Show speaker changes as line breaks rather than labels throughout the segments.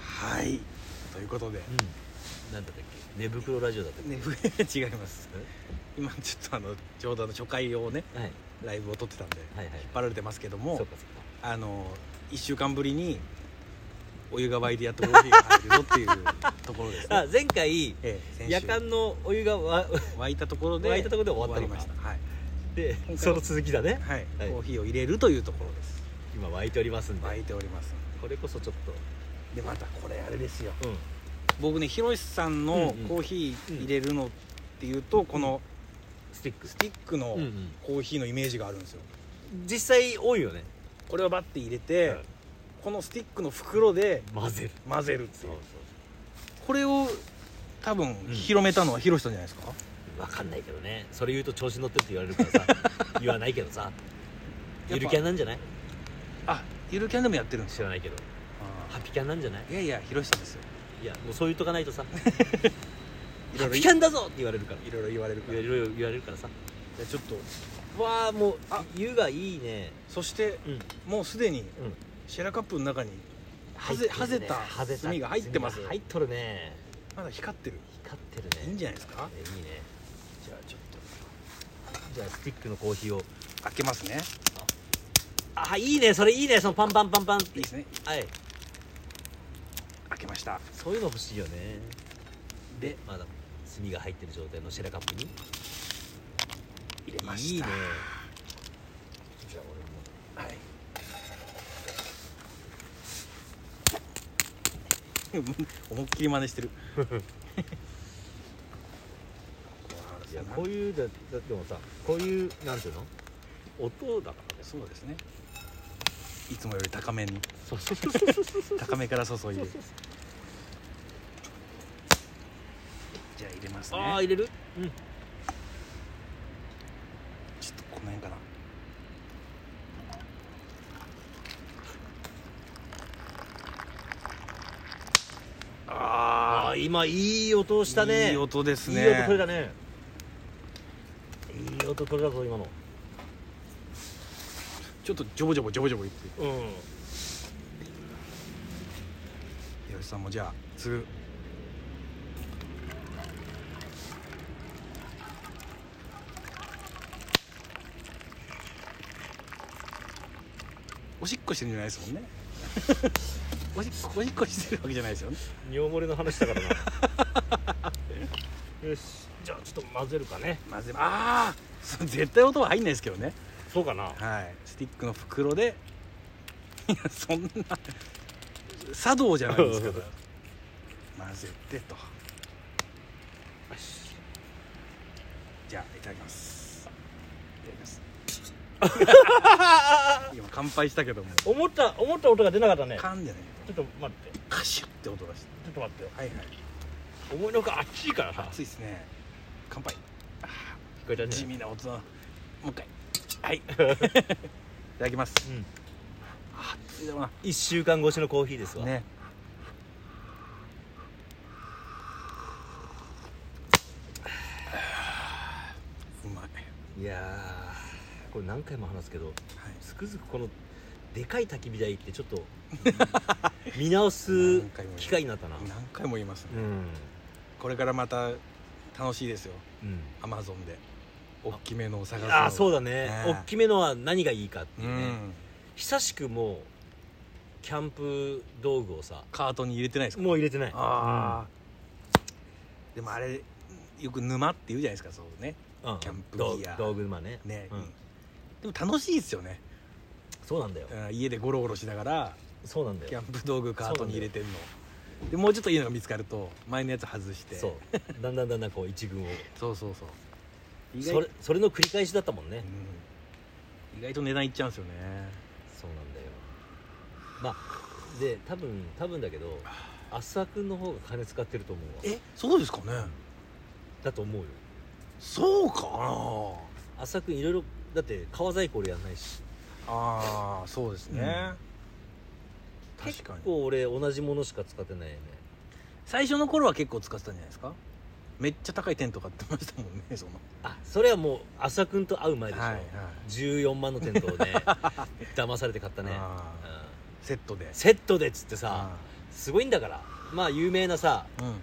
はいということで、
うん、なんだったっけ寝袋ラジオだったっけ、
ね 違います今ちょっとあのちょうどあの初回をね
はい、
ライブを撮ってたんで
はいはい
引っ張られてますけど
そ
も
うかそうか
あの1週間ぶりにお湯が沸いてやっとコーヒーが入るぞっていうところです、 ね
あ前回
ええ、
夜
先週
間のお湯がわ
沸いたところで
沸いたところで終わったの
終
か
わりましたはい
で
回は
その続きだね
はい、
はい
コーヒーを入れるというところです
今湧いておりますんで、
沸いております
これこそちょっ
でまたこれあれですよ
と、うん、
僕ねひろしさんの
うんうん
コーヒー入れるのっていうと、この
スティック
スティックの
うんうん
コーヒーのイメージがあるんですよ
実際多いよね、
これをバッて入れて、このスティックの袋で
うん混ぜる
混ぜるっていう
そう
これを多分
ん
広めたのはひろしさんじゃないですか、
わかんないけどねそれ言うと調子乗ってって言われる からさ言わないけどさゆるキャンなんじゃない
あゆるキャンでもやってるんです
知
よ
らないけどハピキャンなんじゃない
いやいやひろしさんですよ
いやもうそう言うとかない とさ
いろ
ハ
いろ
ピキャンだぞって言われるから
いろいろ言われるから
いろいろ言われるからさ
じゃあちょっと
わあもう
あ
湯がいいね
そして
うんうん
もうすでにシェラカップの中にはぜ
入ってるね
はぜた
は
炭が入ってます
炭が入っとるね
まだ光ってる
光ってる
い
ね
いんじゃないですか
えいいね
じゃあちょっ
じゃあスティックのコーヒーを
と開けますね
あいいねそれいいねそのパンパンパンパンっ
い
て
いですね
はい
開けました
そういうの欲しいよね
で
まだ炭が入ってる状態のシェラカップに
入れました
いいね
じゃあ俺もはい思いっきり真似してる
いやこういうだだでもさこういうなんていうの音だからね
そうですねいつもより高めに
そうそうそうそうそうそう
高めから注いで
そう
じゃあ入れますね
ああ入れるうん
ちょっとこの辺かな
あ
あ
あ今いい音したね
いい音ですね
いい音取れたねいい音取れたぞ今の
ちょっとジョボジョボジョボジョボいって
うん
ひろしさんもじゃあ継ぐおしっこしてるんじゃないですもんね おしっこおしっこしてるわけじゃないですよね
尿漏れの話だから なよしじゃあちょっと混ぜるかね
まずああそう絶対音は入んないですけどね
そうかな
はいスティックの袋でいやそんな茶道じゃないですから 混ぜてとじゃあいただきますいただきます今乾杯したけども
思った思った音が出なかったね
噛んでね
ちょっと待ってち
カシュって音がして
ょっと待ってよ
はいはい
思いのほか熱いからさ
熱いですね乾杯
こえた
地味な音もう一回 はいいただきます
うん
あ熱いだろうな
1週間越しのコーヒーですわ、
ねうまい、
いやーこれ何回も話すけど
はい、
つくづくこのでかい焚き火台ってちょ っと見直す
何回も
機会になったな
何回も言いますね、
うん、
これからまた楽しいですよ
うん、
アマゾンで大きめのを探すの
ああそう
だ
だね
ねえ
大きめのは何がいいかっていううね、
ん
久しくもうキャンプ道具をさ
カートに入れてないですか
もう入れてない
ああ、でもあれよく沼って言うじゃないですかそうね
うん
キャンプ
道
ギア
道具まあね
ね、
うん
でも楽しいですよね、
そうなんだよ
うん家でゴロゴロしながら
そうなんだ
キャ
よ
ンプ道具カートに入れてんのでもうちょっといいのが見つかると前のやつ外して
そうだんだんだんだんこう一軍を
そうそうそう意外
それそれの繰り返しだったもんね
うん意外と値段いっちゃうんですよね
そうなんだよまあで多分多分だけど浅くんの方が金使ってると思うわ
えそうですかね
だと思うよ
そうかな
浅くんいろいろだって革細工俺やんないし
あーそうですね、確か
結
に
構俺同じものしか使ってないよね
最初の頃は結構使ってたんじゃないですかめっちゃ高いテント買ってましたもんねその
あそれはもう浅くんと会う前でしょ、
はいはい
14万のテン トをね騙されて買ったね、
あ
う
セットで
んセットでっつってさ
あ
すごいんだからまあ有名なさ
うん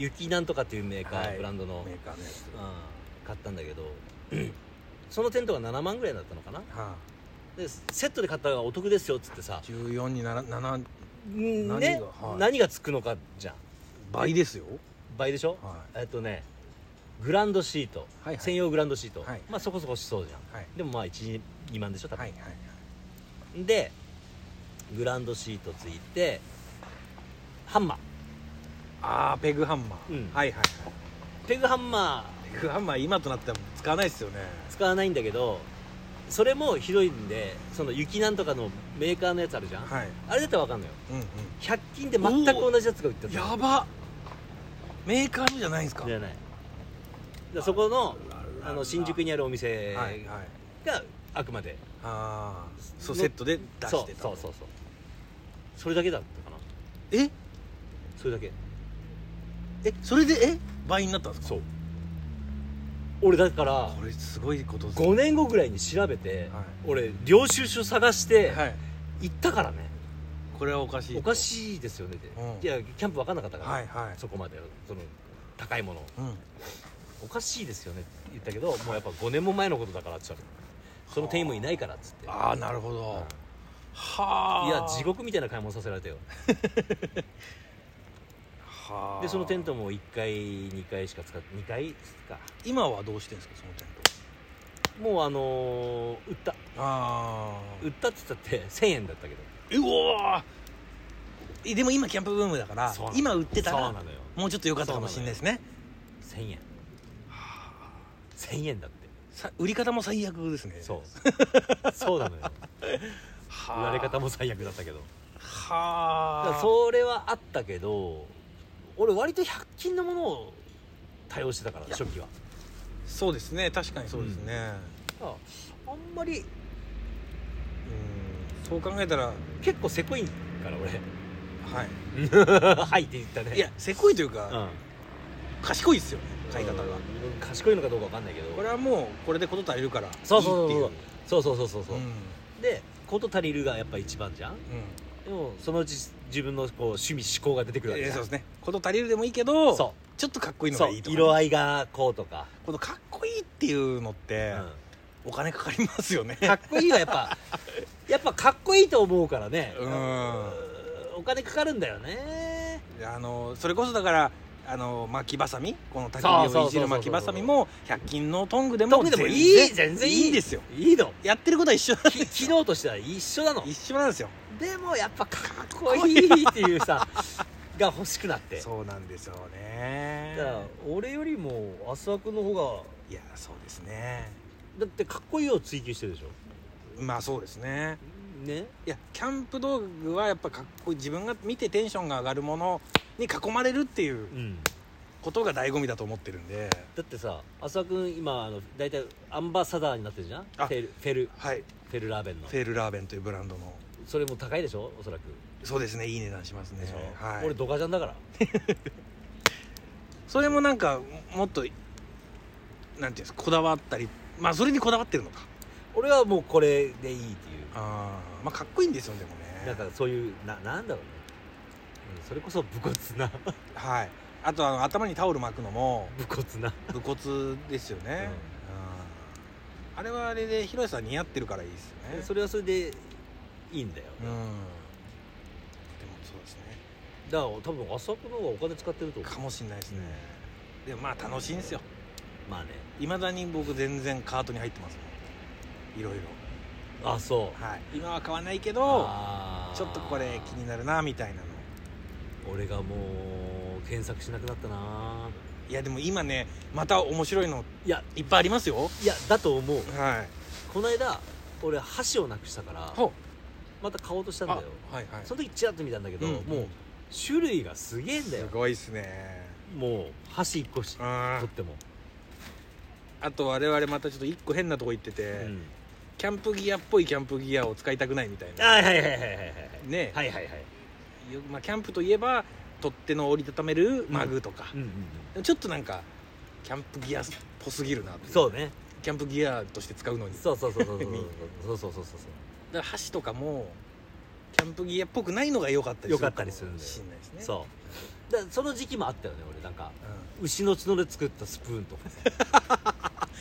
雪なんとかっていうメーカー、
はい
ブランドの、
メーカーのやつ
う
は
ん買ったんだけど そのテントが7万ぐらいだったのかな
あ
でセットで買った方がお得ですよっつってさ
14になら7
ん
何が
ね
はい
何がつくのかじゃん
倍ですよ
倍でしょ、
は
えっとねグランドシート、
はいはい
専用グランドシート、
はい
まあそこそこしそうじゃん
いはい
でもまあ12万でしょ多分、
はいはいはい
でグランドシートついてハンマ
ああペグハンマー、
うん
はいはい
ーペグハンマ
ペグハンマー今となっては使わないですよね
ー使わないんだけどそれもひどいんでその雪なんとかのメーカーのやつあるじゃん、
はい
あれだったらわかんないよ
うんうん
100均で全く同じやつが売ってた
やばメーカーのじゃないんですか
じゃないでそこの
あららら
あの新宿にあるお店が、
はいはい
あくまで
ああそう
の
セットで出してた
そうそうそうそうそれだけだったかな
え
それだけ
えそれでえ倍になったんですか
そう俺だから
これすごいことです
5年後ぐらいに調べて、
はい
俺領収書探して
はい
行ったからね、
これはおかしい
おかしいですよねって、
うん
いやキャンプ分かんなかったから、
はいはい
そこまでその高いもの
うん
おかしいですよねって言ったけどもうやっぱ5年も前のことだからって言ったのその店員もいないからっつって
ああなるほど、
うん
はあ
いや地獄みたいな買い物させられたよ
はあ
でそのテントも1回2回しか使って2回か
今はどうしてんですかそのテン
もうあのー売った
トああ
売ったって言ったって1000円だったけど
うおーえでも今キャンプブームだから
そうなの
今売ってた
そう
ら
なのよ
もうちょっと良かったかもしれないですね
1000円1000円だって
さ売り方も最悪ですね
そうそうな のよ売られ方
も
も最悪だったけどだか
は
ら
あ
それはあったけど俺割と100均のものを多用してたから
いや
初期は
そうですね確かにそうですね
だからあんまり
うんそう考えたらは
結構せこいか ら俺はいって言ったね
いいやせこいという
う
か、
ん
賢いですよね買い方が、
うん賢いのかどうかわかんないけど
これはもうこれで事足りるから
そうそうそう
いい
そ
っ
う
てい
そうそうそうそうそう
うんうん
でこと足りるがやっぱ一番じゃんでもそのうち自分のこう趣味思考が出てくるわ
い
け
や
じゃん
そうですね事足りるでもいいけど
そ
ちょっとかっこいいうの
そ
が
う
いいとかね、
色合いがこうとか、
このかっこいいっていうのって、
う
お金かかりますよね
ん、かっこいいはやっぱやっぱかっこいいと 思うからね
うん
お金かかるんだよね
あのそれこそだからあの巻きばさみこの焚き火をいじる巻きばさみも100均のトングで
ど
も
こでもいい全然いい
いいですよ
いいの
やってることは一緒なん
き 機能としては一緒なの
一緒なんですよ
でもやっぱかっこいいっていう さが欲しくなって
そうなんですよね
だから俺よりもアスワ君の方
いやそうですね
がだってかっこいいを追求してるでしょ
まあそうですね
ね
いやキャンプ道具はやっぱかっこいい自分が見てテンションが上がるものに囲まれるっていう
うん
ことが醍醐味だと思ってるんで
だってさ浅く君今あの大体アンバサダーになってるじゃんフ
あ
ェルフェル
はい
フェルラーベンの
フェールラーベンというブランドの
それも高いでしょおそらく
そうですねいい値段しますね
でしょ、
はい
俺ドカジャンだから
それもなんかもっとなんていうんですかこだわったりまあそれにこだわってるのか
俺はもうこれでいいっていう
あーまあかっこいいんですよでも
なん
ね
かそういうななんだろうね、うん、それこそ武骨な
はいあとあの頭にタオル巻くのも
武骨な
武骨ですよね、うんあれはあれで広瀬さん似合ってるからいいですよね
それはそれでいいんだよ、
うん
だ
で
か
もそうですね
ら多分浅くの方がお金使ってると思う
かもしんないですねでもまあ楽しいんですよ
まあね
いまだに僕全然カートに入ってますもんいろいろ
あそう
はい今は買わないけど
あー
ちょっとこれ気になるなみたいなの
俺がもう検索しなくなったない
やでも今ねまた面白いの
いや
いっぱいありますよ
いやだと思う
は
この間俺箸をなくしたから
いほ
また買おうとした
うん
だ
あは
よ
いはい
その時チラッと見たんだけど、
うん
もう種類がすげえん
す
だよ
ごいっすね
もう箸1個し
うん
取
あ
っても、
と我々またちょっと一個変なとこ行ってて、
うん
キャンプギアっぽいキャンプギアを使いたくないみたい
あ
な
はいはいはいはいはい
ね、
はいはいはいはい
よまあ、キャンプといえば取っ手の折りたためるマグとか、
うんうん
でもちょっとなんかキャンプギアっぽすぎるなって
う
い
ん
う
そうね
キャンプギアとして使うのにだか
そうそうそうそう
みんな
そうそうそうそうそう
ら箸とかもキャンプギアっぽくないのが良かったりする
良かったりするんだよ
しんないですねう、
そうだからその時期もあったよね俺なんか
ん、
牛の角で作ったスプーンとか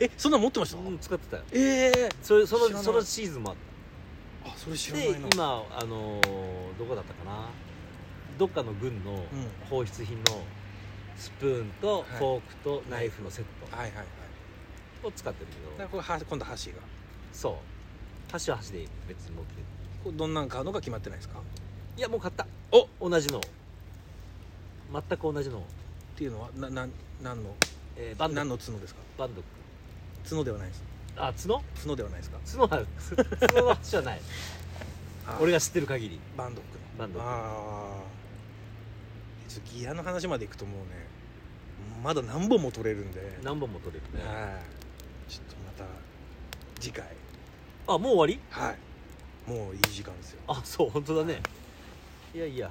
えそんなの持ってました、
うん使ってたよ
ええ
それそ
知らな
の
い
そのシーズンもあっ
あそれ知
た
らな
で
いな
今あのーどこだったかなどっかの軍の
うん
放出品のスプーン
は
と
い
フォークとナイフのセッ
はいはいはい
トを使ってる
だから
けど
これは今度箸が
そう箸は箸でいい別に持って
これどんなん買うのか決まってないですかっ
いやもう買った
お
同じの全く同じの、
ていうのはなな何の
えーバンド
何の角ですか
バンド
角ではないです
あ角
角ではないですか
角は角の箸 はない俺
俺
が知ってる限り
バンドック
バンド
のああちょっとギアの話までいくともうねまだ何本も取れるんで
何本も取れるね
はいちょっとまた次回
あもう終わり
はいもういい時間ですよ
あそう本当だねいやいや
いや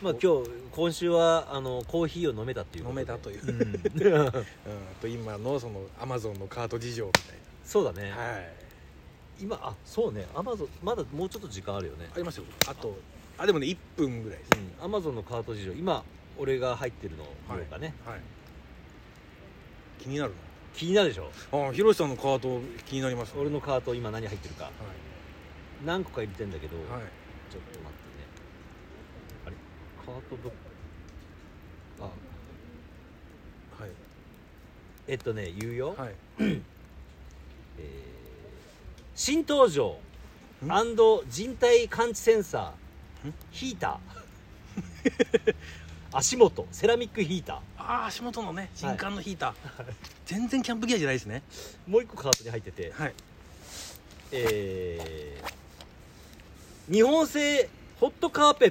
まあ今日今週はあのコーヒーを飲めたっていうことで
飲めたという
うん
うんあと今のそのアマゾンのカート事情み
そうだね
たいなはい
今あそうねアマゾンまだもうちょっと時間あるよね
ありますよあとあでもね1分ぐらいです
うんアマゾンのカート事情今俺が入ってるの
はい
量がね、
はい気になる
気になるでしょ
なああ広瀬さんのカート気になります
俺のカート今何入ってるか
は
何個か入れてんだけど、
い、はい
ちょっと待ってねあれカートどっあ
はい
えっとね言うよ、
はい
えー新登場
ん
人体感知センサー
ん
ヒーター 足元セラミックヒータ
ああ足元のね新刊のヒーター、全然キャンプギアじゃないですね
ーもう一個カートに入ってて、
はい
えー日本製ホットカーペッ